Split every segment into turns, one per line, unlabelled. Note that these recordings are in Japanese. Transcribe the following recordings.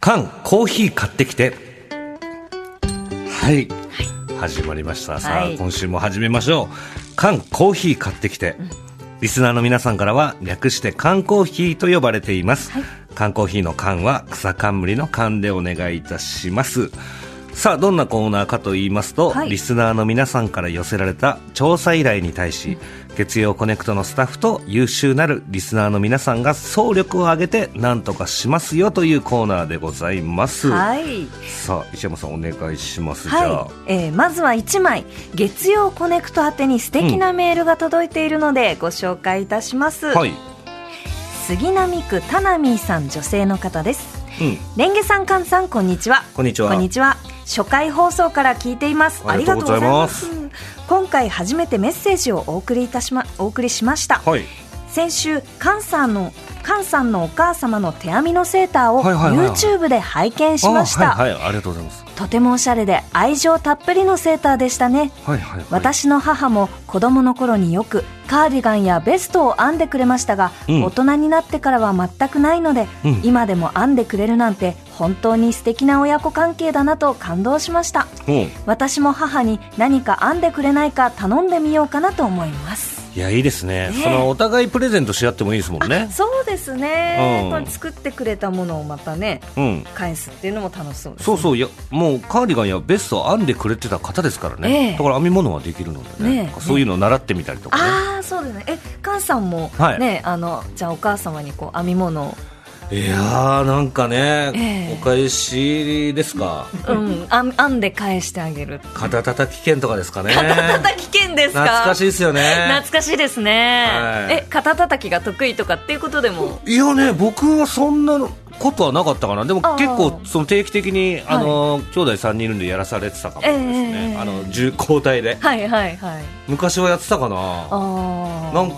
缶コーヒー買ってきてはい始まりましたさあ、
はい
今週も始めましょう缶コーヒー買ってきて、リスナーの皆さんからは略して缶コーヒーと呼ばれています、缶コーヒーの缶は草冠の缶でお願いいたしますさあどんなコーナーかと言いますと、
はい
リスナーの皆さんから寄せられた調査依頼に対し、月曜コネクトのスタッフと優秀なるリスナーの皆さんが総力を挙げて何とかしますよというコーナーでございます、
はい。
さあ石山さんお願いします、じゃあ
はい、えーまずは1枚月曜コネクト宛てに素敵なメールが届いているのでご紹介いたします、
はい、
杉並区タナミーさん女性の方です
うん、
レンゲさんカンさんこんにちは
こんにちは
こんにちは初回放送から聞いていますあ
あり
り
が
が
と
と
う
う
ご
ご
ざ
ざい
いま
ますす今回初めてメッセージをお送りいたしまお送りしました
はい
先週菅さんの菅さんのお母様の手編みのセーターを
はいはいはいはい
YouTube で拝見しました、
あはい、はい、ありがとうございます
とてもおしゃれで愛情たっぷりのセーターでしたね
はいはい、はい、
私の母も子供の頃によくカーディガンやベストを編んでくれましたが、
うん
大人になってからは全くないので、
うん
今でも編んでくれるなんて本当に素敵な親子関係だなと感動しました
うん
私も母に何か編んでくれないか頼んでみようかなと思います
いやいいですね、
ねえ
そのお互いプレゼントし合ってもいいですもんね
そうですね、
うん
これ作ってくれたものをまたね
うん
返すっていうのも楽しそうですね
そうそういやもうカーディガンやベストを編んでくれてた方ですから
え
ね、
え
だから編み物はできるのでね
ねえ
なんかそういうのを習ってみたりとかね
ああそうですねえ菅さんもね、
はい
あのじゃあお母様にこう編み物を、
いやーなんか
え
ね、
え
お返しですか
うん、編編んで返してあげる
肩たたき券とかですかね
肩たき券ですか
懐かしいですよね
懐かしいですね、
はい
え肩たたきが得意とかっていうことでも
いやね僕はそんなことはなかったかなでも
あー
結構その定期的にあの、兄弟3人いるんでやらされてたかもですね、
ええ
あの重交代で
はいはいはい
昔はやってたかな
あ
なんか、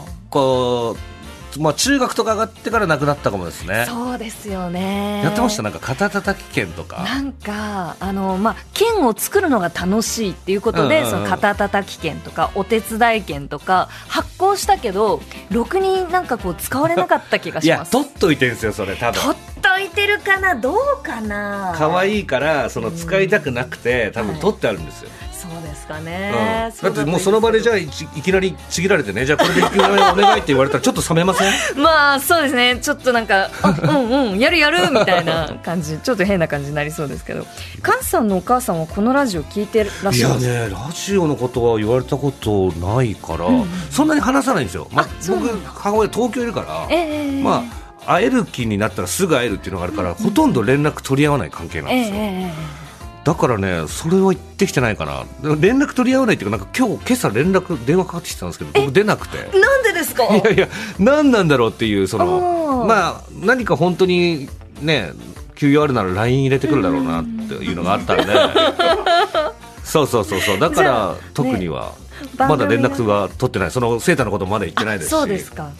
まあ、中学とか上がってからなくなったかもですね
あ。そうですよね
やってましたなんか肩たたき券とか。
なんかあの、まあ、剣を作るのが楽しいっていうことで、
うんうんうん
その肩たたき券とかお手伝い券とか発行したけどろくになんかこう使われなかった気が
い
し
や
ます
取っといてんですよそれ多分
取っといてるかなどうかな
可
い
愛いからその使いたくなくて多分
はい
取ってあるんですよ、
そうですか
うん
ね、
だってもうその場でじゃあいちいきなりちぎられてねじゃあこれでいきなりお願いって言われたらちょっと冷めません
あまあ そうですねちょっとなん かあうんうんやるやるみたいな感じちょっと変な感じになりそうですけど菅さんのお母さんはこのラジオ聞いてらっ
い
しゃる
や
んですか
ねラジオのことは言われたことないから、
うんうん
そんなに話さないんですよ、ま
あそうなん
僕
だ
母親東京いるから
ええ
まあ、会える気になったらすぐ会えるっていうのがあるから、ほとんど連絡取り合わない関係なん
ええ
で
え
すよ、
え
だからねそれは言ってきてないかなでも連絡取り合わないっていうかなんか今日今朝連絡電話かかってきたんですけど僕出なくて
ええなんでですか
いやいや何なんだろうっていうその
おー
まあ何か本当にね給与あるなら LINE 入れてくるだろうなっていうのがあっ たんでそうそうそうそうだか
じゃ
ら
あ
特には、
番
ま
組が
だ連絡が取ってないそのセーターのこともまだ言ってないですし
そうですか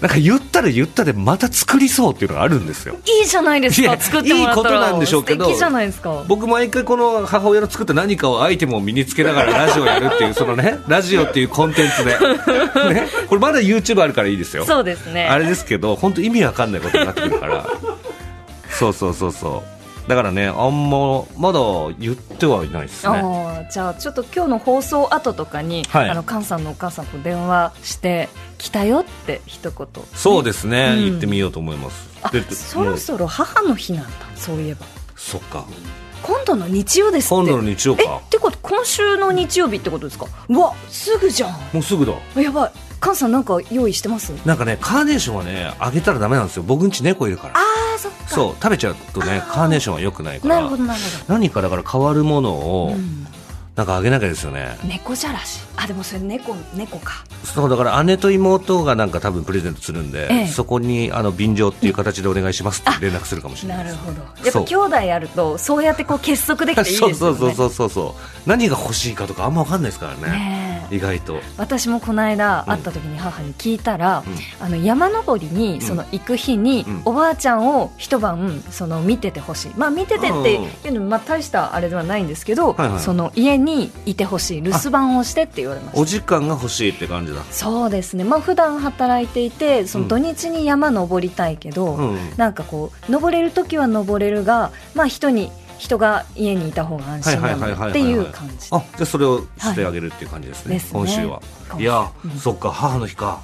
なんか言ったら言ったでまた作りそうっていうのがあるんですよ
いいじゃないです
い
か
や
作ってもらったら
いいことなんでしょうけど
素敵じゃないですか
僕毎回この母親の作った何かをアイテムを身につけながらラジオやるっていうそのねラジオっていうコンテンツで、ね、これまだ YouTube あるからいいですよ
そうですね
あれですけど本当意味わかんないことになってくるからそうそうそうそうだからねあんままだ言ってはいないですね
あーじゃあちょっと今日の放送後とかに、
はい
あの菅さんのお母さんと電話して来たよって一言
そうですね、
うん
言ってみようと思います
あ
で
そ
も
ろ
う
そろ母の日なんだそういえば
そっか
今度の日曜ですって
今度の日曜
え
か
ってこと今週の日曜日ってことですかうわすぐじゃん
もうすぐだ
やばい菅さんなんか用意してます
なんかねカーネーションはねあげたらダメなんですよ僕んち猫いるから
あーそっか
そう食べちゃうとねカーネーションは良くないから
なるほどなる
何かだから変わるもの
ほ
を
ど、うん
なんかあげなきゃですよね、
猫じゃらしあでもそれ猫猫か
そうだから姉と妹がなんか多分プレゼントするんで、
ええ
そこにあの便乗っていう形でお願いしますって連絡するかもしれ
な
な
い
で
る
す
ほどやっ
そ
ぱ
う
兄弟やるとそうやってこう結束できていいです
そ
よ
う
ね
そうそうそうそうそう何が欲しいかとかあんま分かんないですからね
ねえ
意外と
私もこの間
うん
会った時に母に聞いたら、
う
あの山登りにその行く日に、
うん
おばあちゃんを一晩その見ててほしいまあ見ててっていうのも、まあ、大したあれではないんですけど、
はいはい
その家にいてほしい留守番をしてって言われま
お
した
時間が欲しいって感じだ
そうですねまあ普段働いていてそうの
ん
土日に山登りたいけど、
うん
なんかこう登れる時は登れるがまあ人に人が家にいた方が安心な
はいはい
の
はいはいはい
っていう感じ
あじゃあそれをしてあげるっていう感じですね,、
はいですね
今週は
今週
いや、
うん
そっか母の日か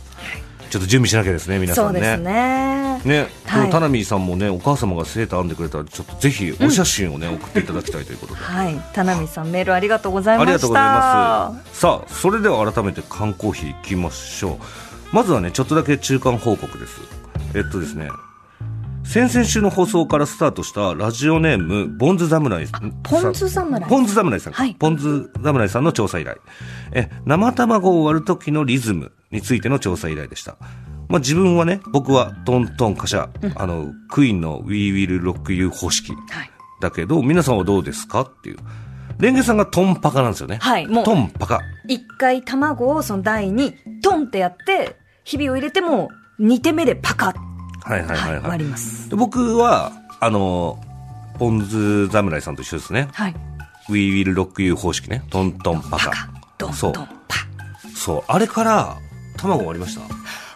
ちょっと準備しなきゃですね皆
そ
さ
うんです
ね
ね
ね、
はい
今日タナミーさんもねお母様がセーター編んでくれたらちょっとぜひお写真をね、送っていただきたいということで
はい田波さんメールありがとうござい
あ
ま
りが
し
とうござい
た
ます。さあ、それでは改めて缶コーヒーいきましょう。まずはね、ちょっとだけ中間報告です。えっとですね、先々週の放送からスタートしたラジオネーム、ボンズ侍さん。
ポン酢侍
ポンズ侍さんか。
はい
ポンズ侍さんの調査依頼。え、生卵を割る時のリズムについての調査依頼でした。まあ、自分はね、僕はトントンカシャ、あの、クイーンの We Will Rock You 方式
はい
だけど、皆さんはどうですかっていう。レンゲさんがトンパカなんですよね。
はいもう
トンパカ。
一回卵をその台にトンってやってひびを入れても2手目でパカッ、
はいはい
は
はいいはい。
割ります
で僕は、あの、ポン酢侍さんと一緒ですね。
はい
We will rock you 方式ね。トントン
パ
パカ。
カドン
そ
ドン
う
パ
そう。あれから、卵割りました。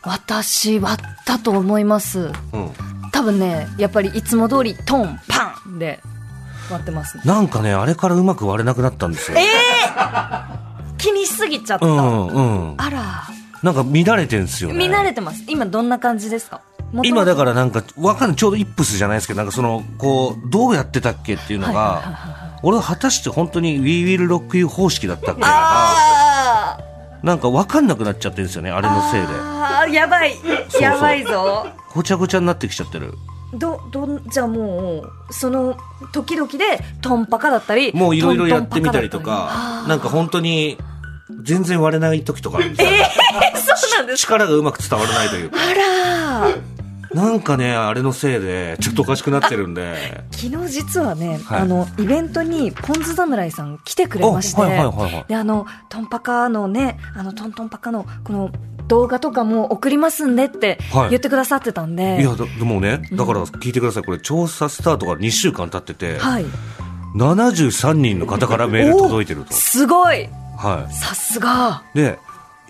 私割ったと思います
うん。
多分ねやっぱりいつも通りトンパンで割ってますね
なんかね、あれからうまく割れなくなったんですよ。
気にしすぎちゃった、
うんうん。
あら
なんか乱れてんですよね。
見慣れてます今どんな感じですか
今だ
ら
からなんか、わかんない。ちょうどイップスじゃないですけど、なんかその、こう、どうやってたっけっていうの
はいはいはい
が、俺は果たして本当に We will rock you 方式だったっけとか、
あー
なんかわかんなくなっちゃってるんですよね、あれのせいで。
あーやばい
そう
やばいぞ
ごちゃごちゃになってきちゃってる。
どどんじゃあもうその時々でトンパカだったり
もういろいろやってみたり
ト
と
ンパカだった
か
り、
なんか本当に、全然割れない時とかあるんですよ
あーそうなんです
力がうまく伝わらないというか。
あらー
なんかね、あれのせいで、ちょっとおかしくなってる んで。
昨日実はね、
はい
あのイベントにポン酢侍さん来てくれまして、
おはいはいはいはい
であのトンパカのねあのトントンパカのこの動画とかも送りますんでって
はい
言ってくださってたんで、はい
いや、だでもね、だから聞いてください。これ、調査スタートから2週間経ってて、73人の方からメール届いてる
お。
と
すごい
は
さすが
い。で、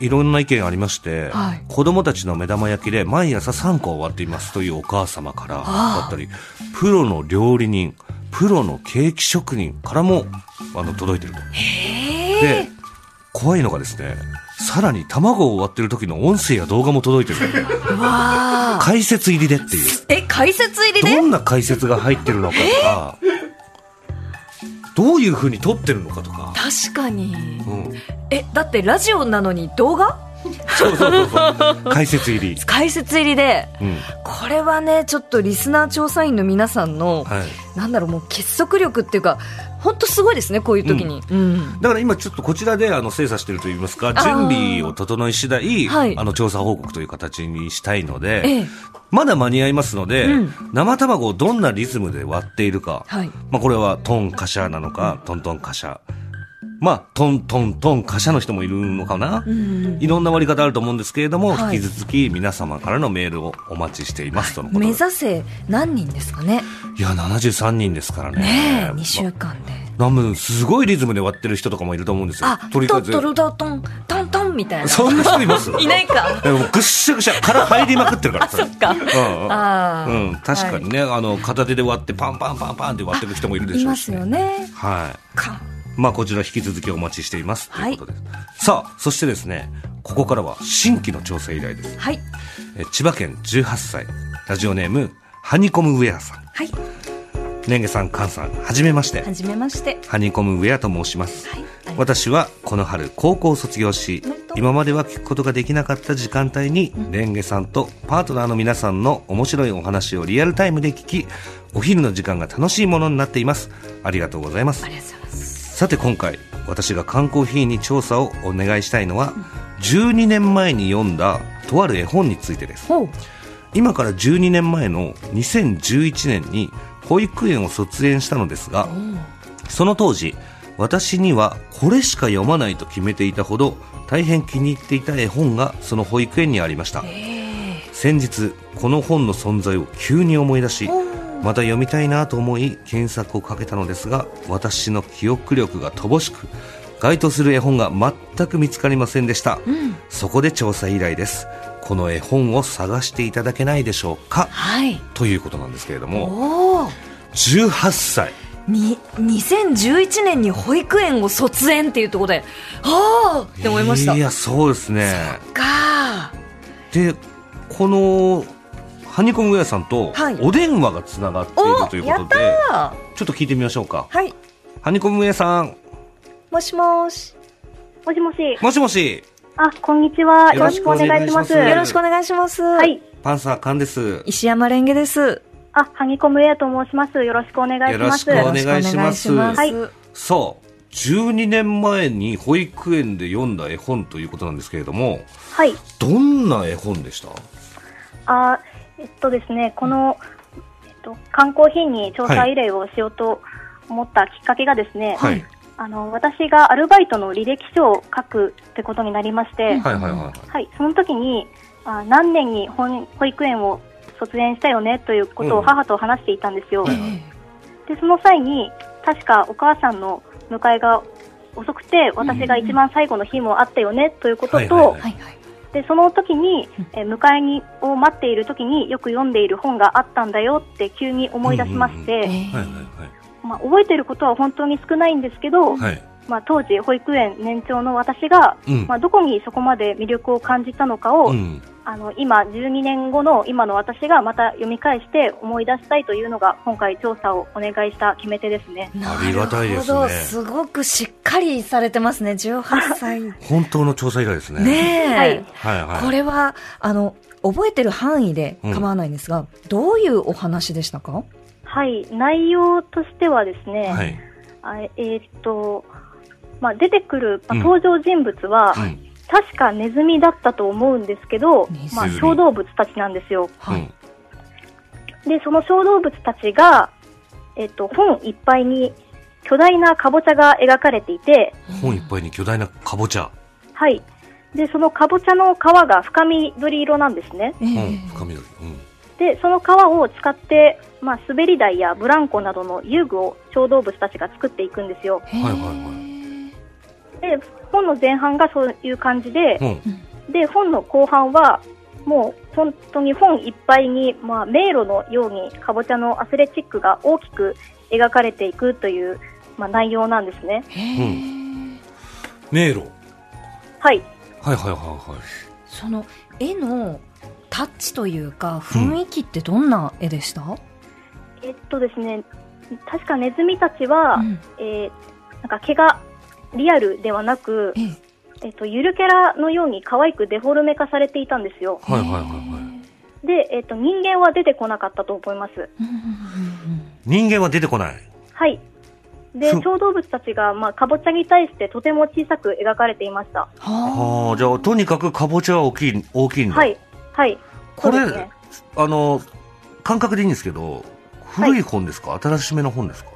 いろんな意見ありまして、
はい
子供たちの目玉焼きで毎朝3個終わっていますというお母様から
ああ
だったり、プロの料理人、プロのケーキ職人からも、あの、届いてると。
え
で
え、
怖いのがですね、さらに卵を割ってる時の音声や動画も届いてる。
ー、わあ
解説入りでっていう。
え解説入りで
どんな解説が入ってるのかとか、どういう風に撮ってるのかとか。
確かに
うん。
えだってラジオなのに動画
そうそうそう そう。解説入り。
解説入りで
うん。
これはねちょっとリスナー調査員の皆さんの、
はい。
なんだろうもう結束力っていうか本当すごいですねこういう時に、うん
だから今ちょっとこちらであの精査してると言いますか、準備を整い次第、
はい
あの調査報告という形にしたいので、
ええ
まだ間に合いますので、
うん
生卵をどんなリズムで割っているか、
はい
まあこれはトンカシャなのか、トントンカシャ。まあ、トントントンカシャの人もいるのかな、
うん
いろんな割り方あると思うんですけれども、
はい
引き続き皆様からのメールをお待ちしていますとのこと
目
です。
指せ何人ですかね
いや、73人ですからね。
ねえ2
ま
週間で、
なんもすごいリズムで割ってる人とかもいると思うんですよ。
あ
とりあ
ト
えず
トロドトントントンみたいな
そんな人います
いないか
でもぐっしゃぐしゃ殻入りまくってるからそ
そ
れ
っか
うんうん
あー
うん、確かにね、あの片手で割ってパンパンパンパンって割ってる人もいるで
い
しょう
ま
し、
す
ね、
よね
はい
かん
まあ、こちら引き続きお待ちしていますということです、さあそしてですねここからは新規の調査依頼です
はい
え千葉県18歳ラジオネームハニコムウェアさん
はい
ねんげさんかんさんはじめまして
はじめまして
ハニコムウェアと申します、
はいありがとう
私はこの春高校を卒業し
おめでとう
今までは聞くことができなかった時間帯にレンゲさんとパートナーの皆さんの面白いお話をリアルタイムで聞きお昼の時間が楽しいものになっていますありがとうございます
ありがとうございます
さて今回私が缶コーヒーに調査をお願いしたいのは12年前に読んだとある絵本についてです
ほう
今から12年前の2011年に保育園を卒園したのですがその当時私にはこれしか読まないと決めていたほど大変気に入っていた絵本がその保育園にありました
ええ
先日この本の存在を急に思い出し
おー
また読みたいなと思い検索をかけたのですが私の記憶力が乏しく該当する絵本が全く見つかりませんでした、
うん
そこで調査依頼ですこの絵本を探していただけないでしょうか
はい
ということなんですけれども
おお
18歳
に2011年に保育園を卒園っていうところでああって思いました
いやそうですね
か
でこのハニコムウェアさんと
はい
お電話がつながっているという
おや
こ
っ
と
た
で、
ー
ちょっと聞いてみましょうか
はい
ハニコムウェアさん
もしもし
もしもし。
もしもし
あ、こんにちは。
よ
よ
ろ
ろ
し
し
く
く
お
お
願
願
い
い
し
し
ま
ますす。
よろしくお願いします
は。
はい
パンサーカンです
石山レンゲです
あ、ハニコムエアと申します。よろしくお願いします。
よろしくお願いします
よろしくお願いしま
さあ12年前に保育園で読んだ絵本ということなんですけれども
はい。
どんな絵本でした
あ、えっとですね、この、えっと、観光品に調査依頼をしようと思ったきっかけがですね、
はい
あの、私がアルバイトの履歴書を書くってことになりまして、
はいはいは
はい、その時にあ何年に保保育園を卒園したよねということを母と話していたんですよ。
はい
でその際に確かお母さんの迎えが遅くて私が一番最後の日もあったよねということ
はい
と、
はいはい
はいはい
でその時に、えー迎えにを待っている時によく読んでいる本があったんだよって急に思い出しまして、
え
いはい
ー
まあ、覚えていることは本当に少ないんですけど、
はいはい
まあ、当時保育園年長の私が、
うん
まあ、どこにそこまで魅力を感じたのか
う
を、
ん
あの今12年後の今の私がまた読み返して思い出したいというのが今回調査をお願いした決め手ですね。
ありがたいですね
なるほどすごくしっかりされてますね18歳 ね
本当の調査依頼ですね
え、
はい
はいはい
これはあの覚えてる範囲で構わないんですが、どういうお話でしたか
はい、内容としてはですね、
はい
あえーっと、まあ、出てくる、ま
う
あ
ん
登場人物は、
うん
確かネズミだったと思うんですけど
ネズミ、
まあ、小動物たちなんです
う
よ。
はい、
ん
で、その小動物たちが、えーっと、本いっぱいに巨大なカボチャが描かれていて、
本いっぱいに巨大なかぼちゃ
はい。で、そのカボチャの皮が深緑色なんですね。
ええ
うん深緑うん
で、その皮を使って、まあ、滑り台やブランコなどの遊具を小動物たちが作っていくんですよ。
はい
はいは
で、本の前半がそういう感じで、
うん
で本の後半はもう本当に本いっぱいに、まあ、迷路のようにかぼちゃのアスレチックが大きく描かれていくという、まあ、内容なんですね。
へえ
迷路
はい、
はいはいはいはい
その絵のタッチというか雰囲気ってどんな絵でした、
えっとですね確かネズミたちは、
うん
えーなんか毛がリアルではなく
え、え
えっと、ゆるキャラのように可愛くデフォルメ化されていたんですよ。
はいはいはいはい
で、えっと、人間は出てこなかったと思います。
うんうん
人間は出てこない
はい。で、
そう
小動物たちが、まあ、かぼちゃに対してとても小さく描かれていました。
ああじゃあとにかくかぼちゃは大きい大きいんだ
はい、はい、
これ、
そうですね
あの感覚でいいんですけど古い本ですか、新しめの本ですか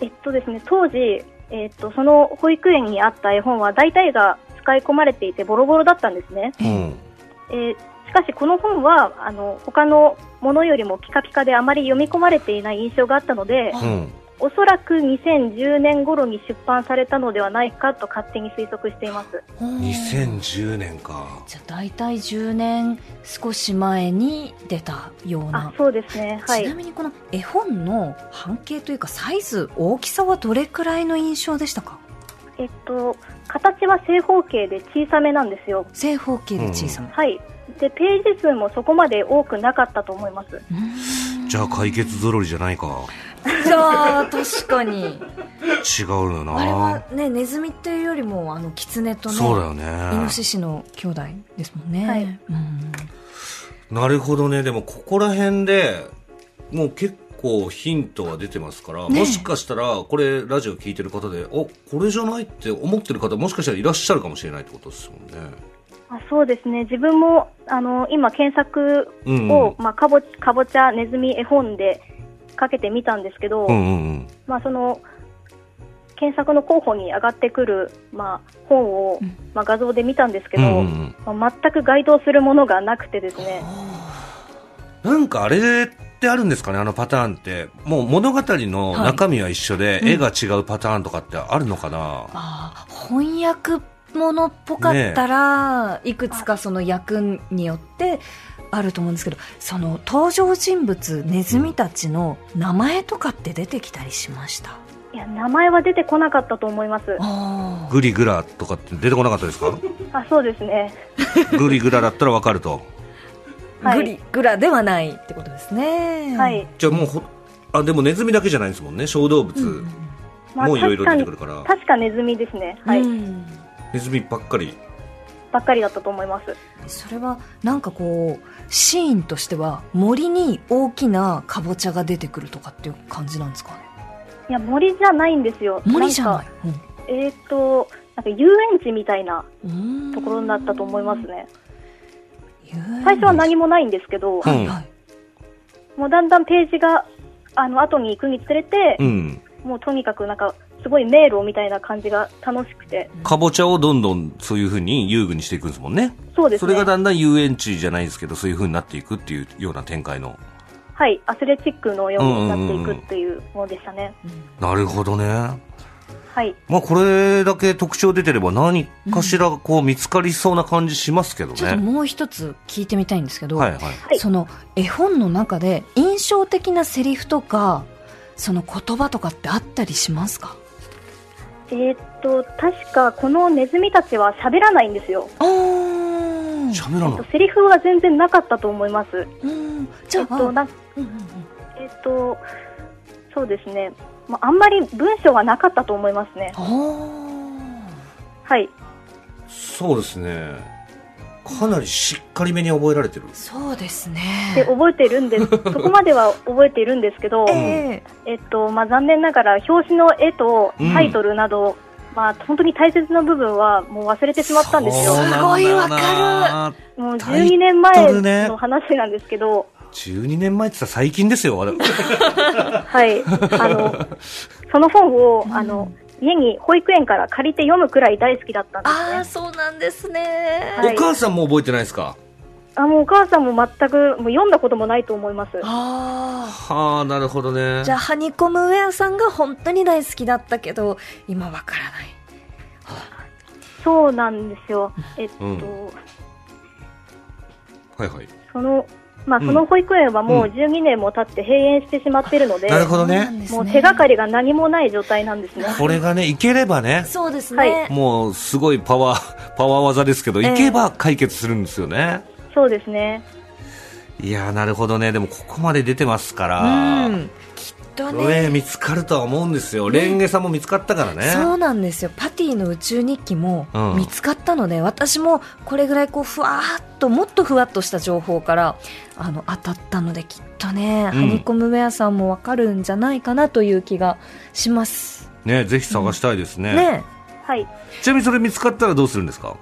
えっとですね、当時、えっと、その保育園にあった絵本は大体が使い込まれていてボロボロだったんですね。
うん
えーしかしこの本はあの他のものよりもピカピカであまり読み込まれていない印象があったので
あ
うん
おそらく2010年頃に出版されたのではないかと勝手に推測しています
ほう
2010年か
じゃあ大体10年少し前に出たよう
あ
な、
そうですねは
ちないみにこの絵本の半径というかサイズ大きさはどれくらいの印象でしたか
えっと形は正方形で小さめなんですよ
正方形で小さな、
はいでページ数もそこまで多くなかったと思います
うーん
じゃあ解決ぞろりじゃないか
じゃあ確かに
違う
あれ
のよな
はねネズミっていうよりもあのキツネとね
そうだよ
イ
ね
ノシシの兄弟ですもんね、
はい
うん
なるほどねでもここら辺でもう結構ヒントは出てますから、
ねえ
もしかしたらこれラジオ聞いてる方でおこれじゃないって思ってる方もしかしたらいらっしゃるかもしれないってことですもんね
あそうですね自分もあの今検索
うん
を、まあ、かぼかぼちゃネズミ絵本でかけてみたんですけど、
うんうんうん
まあ、その検索の候補に上がってくる、まあ、本を
うん、
まあ、画像で見たんですけ
う
ど、
んうんうん
まあ全く該当するものがなくてですね、
なんかあれってあるんですかね、あのパターンって。もう物語の中身は一緒で、
い
絵が違うパターンとかってあるのかな、
あー翻訳ものっぽかったら、いくつかその役によってあると思うんですけどその登場人物ネズミたちの名前とかって出てきたりしました、
いや、名前は出てこなかったと思います。
あー
グリグラとかって出てこなかったですか
あ、そうですね。
グリグラだったらわかると。
はい
グリグラではないってことですね
はい。
じゃあもうほ、あ、でもネズミだけじゃないんですもんね、小動物。
うん
まあ、
もういろいろ
確か
出
に
てくるから。
確かネズミですね。はい。
うん
ネズミばっかり。
ばっかりだったと思います。
それはなんかこうシーンとしては森に大きなかぼちゃが出てくるとかっていう感じなんですかね
いや、森じゃないんですよ。
森じゃ
ん
な
か
い
えっ、と、なんか遊園地みたいな
うん
ところだったと思いますね。
うん
最初は何もないんですけど、
うん
はいはい
もうだんだんページが、あの、後に行くにつれて、
うん。
もうとにかくなんか、すごい迷路みたいな感じが楽しくて。
かぼちゃをどんどんそういうふうに遊具にしていくんですもんね。
そうです
そ
ね。
れがだんだん遊園地じゃないですけど、そういうふうになっていくっていうような展開の。
はい、アスレチックのようになっていくっていうものでしたね。
なるほどね。
はい。
まあこれだけ特徴出てれば何かしらこう見つかりそうな感じしますけど
ちょっと
ね。
もう一つ聞いてみたいんですけど、
はいはい。
はい
その絵本の中で印象的なセリフとかその言葉とかってあったりしますか
えーっと、確かこのネズミたちは喋らないんですよ。
あー
喋らない。
セリフは全然なかったと思います。
うんじ
え
ゃ
っ
あ、
と、な
うんうんうん
えっと、そうですね。まあ、あんまり文章はなかったと思いますね。
あ
はい。
そうですね。かなりしっかりめに覚えられてる。
ーそうです
で、
ね
覚えてるん です。そこまでは覚えているんですけど、
ええ
えっと、まあ、残念ながら表紙の絵とタイトルなど、まあ、本当に大切な部分はもう忘れてしまったんですよ
そう。なんだよな
すごいわか
もう
タイトル
12年前
ね
の話なんですけど、
12年前ってさ最近ですよ。あれ
はい。あの、 その本を、あの、家に保育園から借りて読むくらい大好きだったんですね
ああ。そうなんですね、
お母さんも覚えてないですか
あもうお母さんも全くもう読んだこともないと思います。
あ
はあ、なるほどね
ーじゃあハニコムウェアさんが本当に大好きだったけど今わからない
そうなんですよ。えっと、
うんはいはい。
そのまあ
うん
その保育園はもううん12年も経って閉園してしまっているので、
なるほど
そ
ね
うなんです
もう手がかりが何もない状態なんですね。
これがね、いければね、
そうですね、
はい
もうすごいパワー、 パワー技ですけど、
ええ
いけば解決するんですよね。
そうですね。
いやー、なるほどね。でもここまで出てますから。
うん、きっと
ね
ね
見つかるとは思うんですよ、レンゲさんも見つかったからね、
そうなんですよパティの宇宙日記も
うん
見つかったので、私もこれぐらいこうふわーっともっとふわっとした情報からあの当たったのできっとね、ハニコムウェアさんもわかるんじゃないかなという気がします
ねぜひ探したいですね,、
ね
はい。
ちなみにそれ見つかったらどうするんですか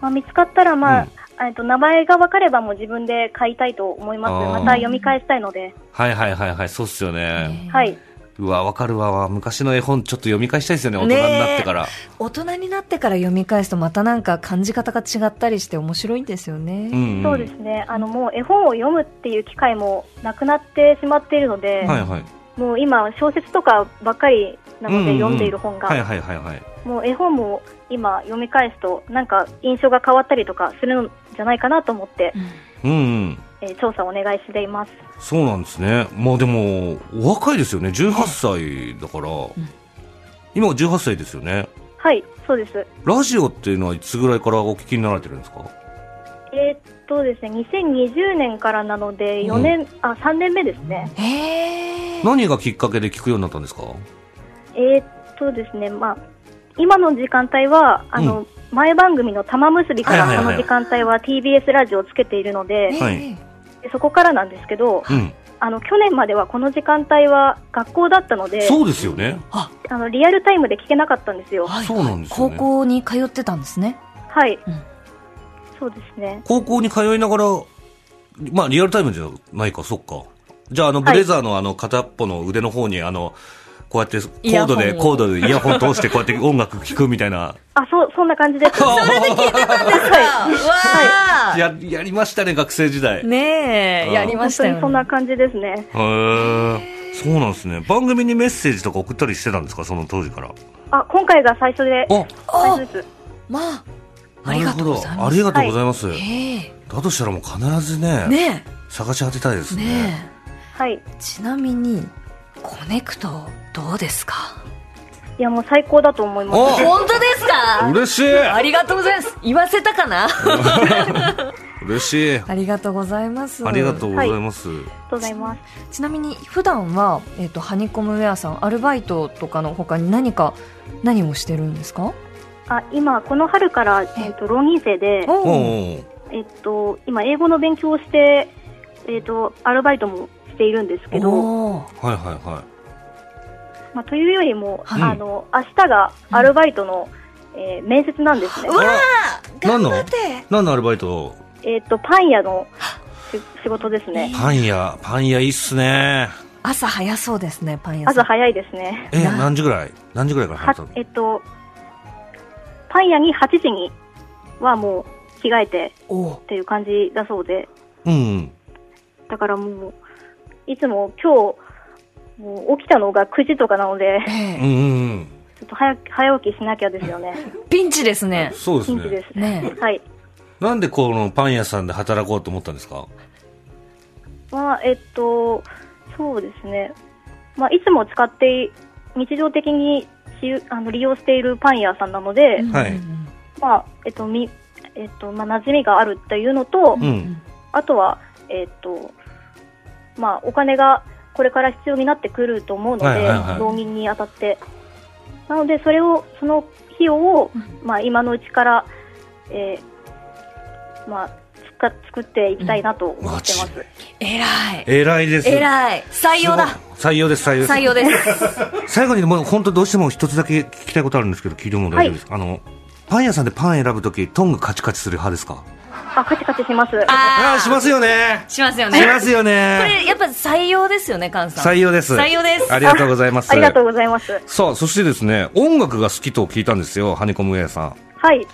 まあ見つかったらま
うん
あ、えっと名前が分かればもう自分で買いたいと思います
あー。
また読み返したいので、
はいはいはいはいそうっすよね
ね
はい。
うわわかるわ昔の絵本ちょっと読み返したいですよね大人になってから、
大人になってから読み返すとまたなんか感じ方が違ったりして面白いんですよね、
うんん
そうですね。あのもう絵本を読むっていう機会もなくなってしまっているので、
はいはい
もう今小説とかばっかりなので読んでいる本が、
はいはいはいはい
もう絵本も今読み返すとなんか印象が変わったりとかするんじゃないかなと思って、
うん
うん、うん、
えー調査お願いしています
そうなんですねまあでもお若いですよね18歳だから、
ん
今は18歳ですよね
はいそうです
ラジオっていうのはいつぐらいからお聞きになられてるんですか
えーっとですね2020年からなので4年、あ3年目ですね
へえ
何がきっかけで聞くようになったんですか
えーっとですねまあ今の時間帯はあの、前番組の玉結びから
はいは
こ
いはい
の時間帯は TBS ラジオをつけているので、
いはい
でそこからなんですけど
うん
あの去年まではこの時間帯は学校だったので
そうですよね。
あのリアルタイムで聞けなかったんですよ
はい
そうなんですよ
高
ね
校に通ってたんですね
はい、
ん
そうですね
高校に通いながら、まあリアルタイムじゃないか、そっか。じゃああのブレザーのあの片っぽの腕の方にあの、こうやってコード
イヤ
で
ホンを
コードでイヤホン通してこうやって音楽聴くみたいな
あ、そう、そんな感じで す。
わあ
ややりましたね学生時代へ
ねえ、やりま
本
した
当
よ、
に
ね。
そんな感じですね。
えそうなんですね番組にメッセージとか送ったりしてたんですかその当時から
あ、今回が最初で、
あ
最
あ
初です。
まあ、あ
な
り
る
が
ほ
とうご
ど
ざいま
あ
す。
りがとうございます、
ええ
だとしたらもう必ずね
ね
探し当てたいです
え、
ね
ね
はい。
え。ちなみに、コネクト、どうですか
いや、もう最高だと思います。
本当ですか
嬉しい
ありがとうございます。言わせたかな
嬉しい
ありがとうございます。
ありがとうございます、
ありがとうございます。
ちなみに、普段は、えっ、と、ハニコムウェアさん、アルバイトとかの他に何か、何をしてるんですか
あ、今、この春から、えっと、浪人生で、
お
おう
お
えっと、今、英語の勉強をして、えっと、アルバイトもしているんですけど、
おー
はいはいはい
まあ、というよりも、
はい
あの、明日がアルバイトの、えー面接なんですね
う。わー
何
頑
の
張って
何のアルバイト
えっと、パン屋のし仕事ですね。
パン屋パン屋いいっすね
朝早そうですね、パン屋さ
朝
ん。
早いですね。
え
な
何時ぐらい何時ぐらいから
は
始まったの
えっと、パン屋に8時にはもう着替えて
おう
っていう感じだそうで、
うんうん
だからもう、いつも今日、もう起きたのが9時とかな ので、
ええ
うんうん
ちょっと早早起きしなきゃですよね。
ピンチですね。
そうです
ピンチ
ね
です。
ね
はい。
なんでこのパン屋さんで働こうと思ったんですか
まあ、えっと、そうですね。まあ、いつも使ってい、日常的にしゆあの利用しているパン屋さんなので、
うん
はい
うん
まあ、えっと、み、えっと、まあ、馴染みがあるっていうのと、
うん
うん
あとは、えっと、まあ、お金がこれから必要になってくると思うの
はい
で
はいはい、
浪人にあたって。なので、それを、その費用を
うん、
まあ、今のうちから、えーまあ、つか作っていきたいなと思ってます。
うんマ
偉い。
偉いです
偉い。採用だ。
採用です採用です
採用 です。
最後にもう本当どうしても一つだけ聞きたいことあるんですけど聞いても大丈夫ですか、あのパン屋さんでパン選ぶときトングカチカチする派ですか
あ、カチカチします。
あ
あ
あします
よ。
よね
しますよね。
しますよ
こ
ね
れ、やっぱ採用ですよね、菅さん。
採用です
採用です
ありがとうございます
ありがとうございます。
さあそしてですね音楽が好きと聞いたんですよハニコムウェアさ
はい。
ん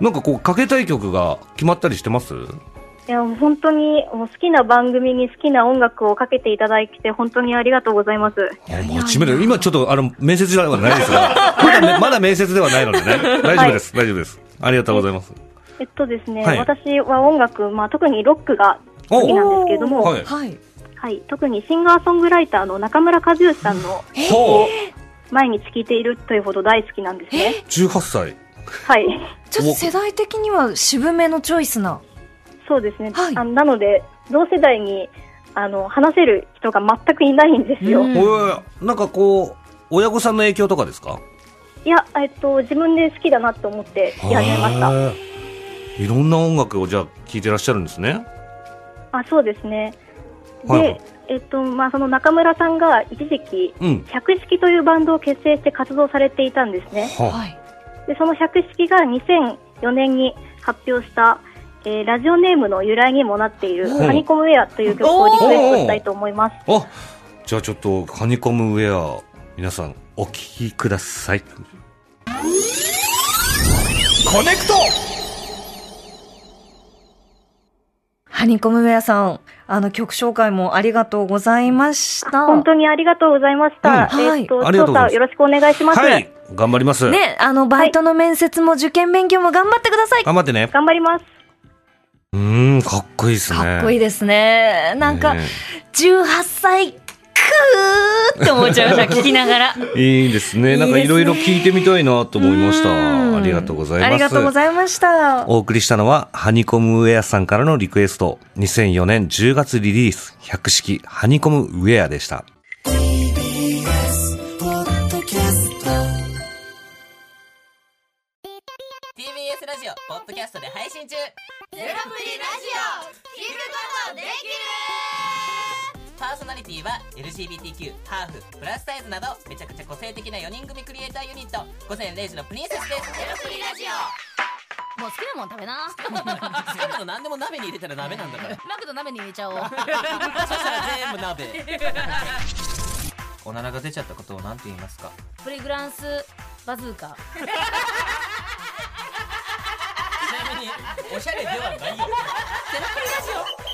なんかこうかけたい曲が決まったりしてます
いや、もう本当に、もう好きな番組に好きな音楽をかけていただいて、本当にありがとうございます。
あもう知名度今ちょっとあの面接ではないです がまだねまだ面接ではないのでね大丈夫です、大丈夫ですありがとうございます
えっとですね、
はい
私は音楽、まあ、特にロックが
お
好きなんですけれども、
おー
は
はいい
はい。
特にシンガーソングライターの中村和義さんの
ほ
毎日聴いているというほど大好きなんですね。
う18歳
はい。
ちょっと世代的には渋めのチョイスな。
そうですね。
はい
あのなので、同世代に、あの、話せる人が全くいないんですよ。
うん
おーなんかこう親御さんの影響とかですか
いや、えっと、自分で好きだなと思ってやり始めました。
へーいろんな音楽をじゃあ聴いてらっしゃるんですね。
あそうですね。で、
はいはい
えっとまあ、その中村さんが一時期、
うん。
百式というバンドを結成して活動されていたんですね。
は
はい。
で、その百式が2004年に発表した、えーラジオネームの由来にもなっている、
うん
ハニコムウェアという曲をリクエストしたいと思います。
あ、じゃあちょっとハニコムウェア皆さんお聴きください。コネクト。
ハニコムウェアさん、あの曲紹介もありがとうございました。
本当にありがとうございました。
うんはい
えっと、
ありがとうござい
調
ま
査
す
よろしくお願いします。
はい。頑張ります。
ね、あの、バイトの面接も受験勉強も頑張ってください。
頑張ってね。
頑張ります。
うーん、かっこいいですね。
かっこいい
い。
ですね。なんか、18歳、くーって思っちゃいました、聞きながら。
いいですね。なんかいろいろ聞いてみたいなと思いまし
うん
た。ありがとうございます。
ありがとうございました。
お送りしたのは、ハニコムウェアさんからのリクエスト、2004年10月リリース、百式ハニコムウェアでした。
TBS ラジオポッドキャストで配信中
ゼロプリラジオ聞くことできる
パーソナリティは LGBTQ ハーフプラスサイズなどめちゃくちゃ個性的な4人組クリエイターユニット午前0時のプリンセスですゼロプリラジオ
もう好きなもん食べな
好きなの何でも鍋に入れたら鍋なんだから
マクド鍋に入れちゃおう
そしたら全部鍋おならが出ちゃったことを何て言いますか
プリグランスバズ ーカ
ちなみにおしゃれではないよセラプリラジ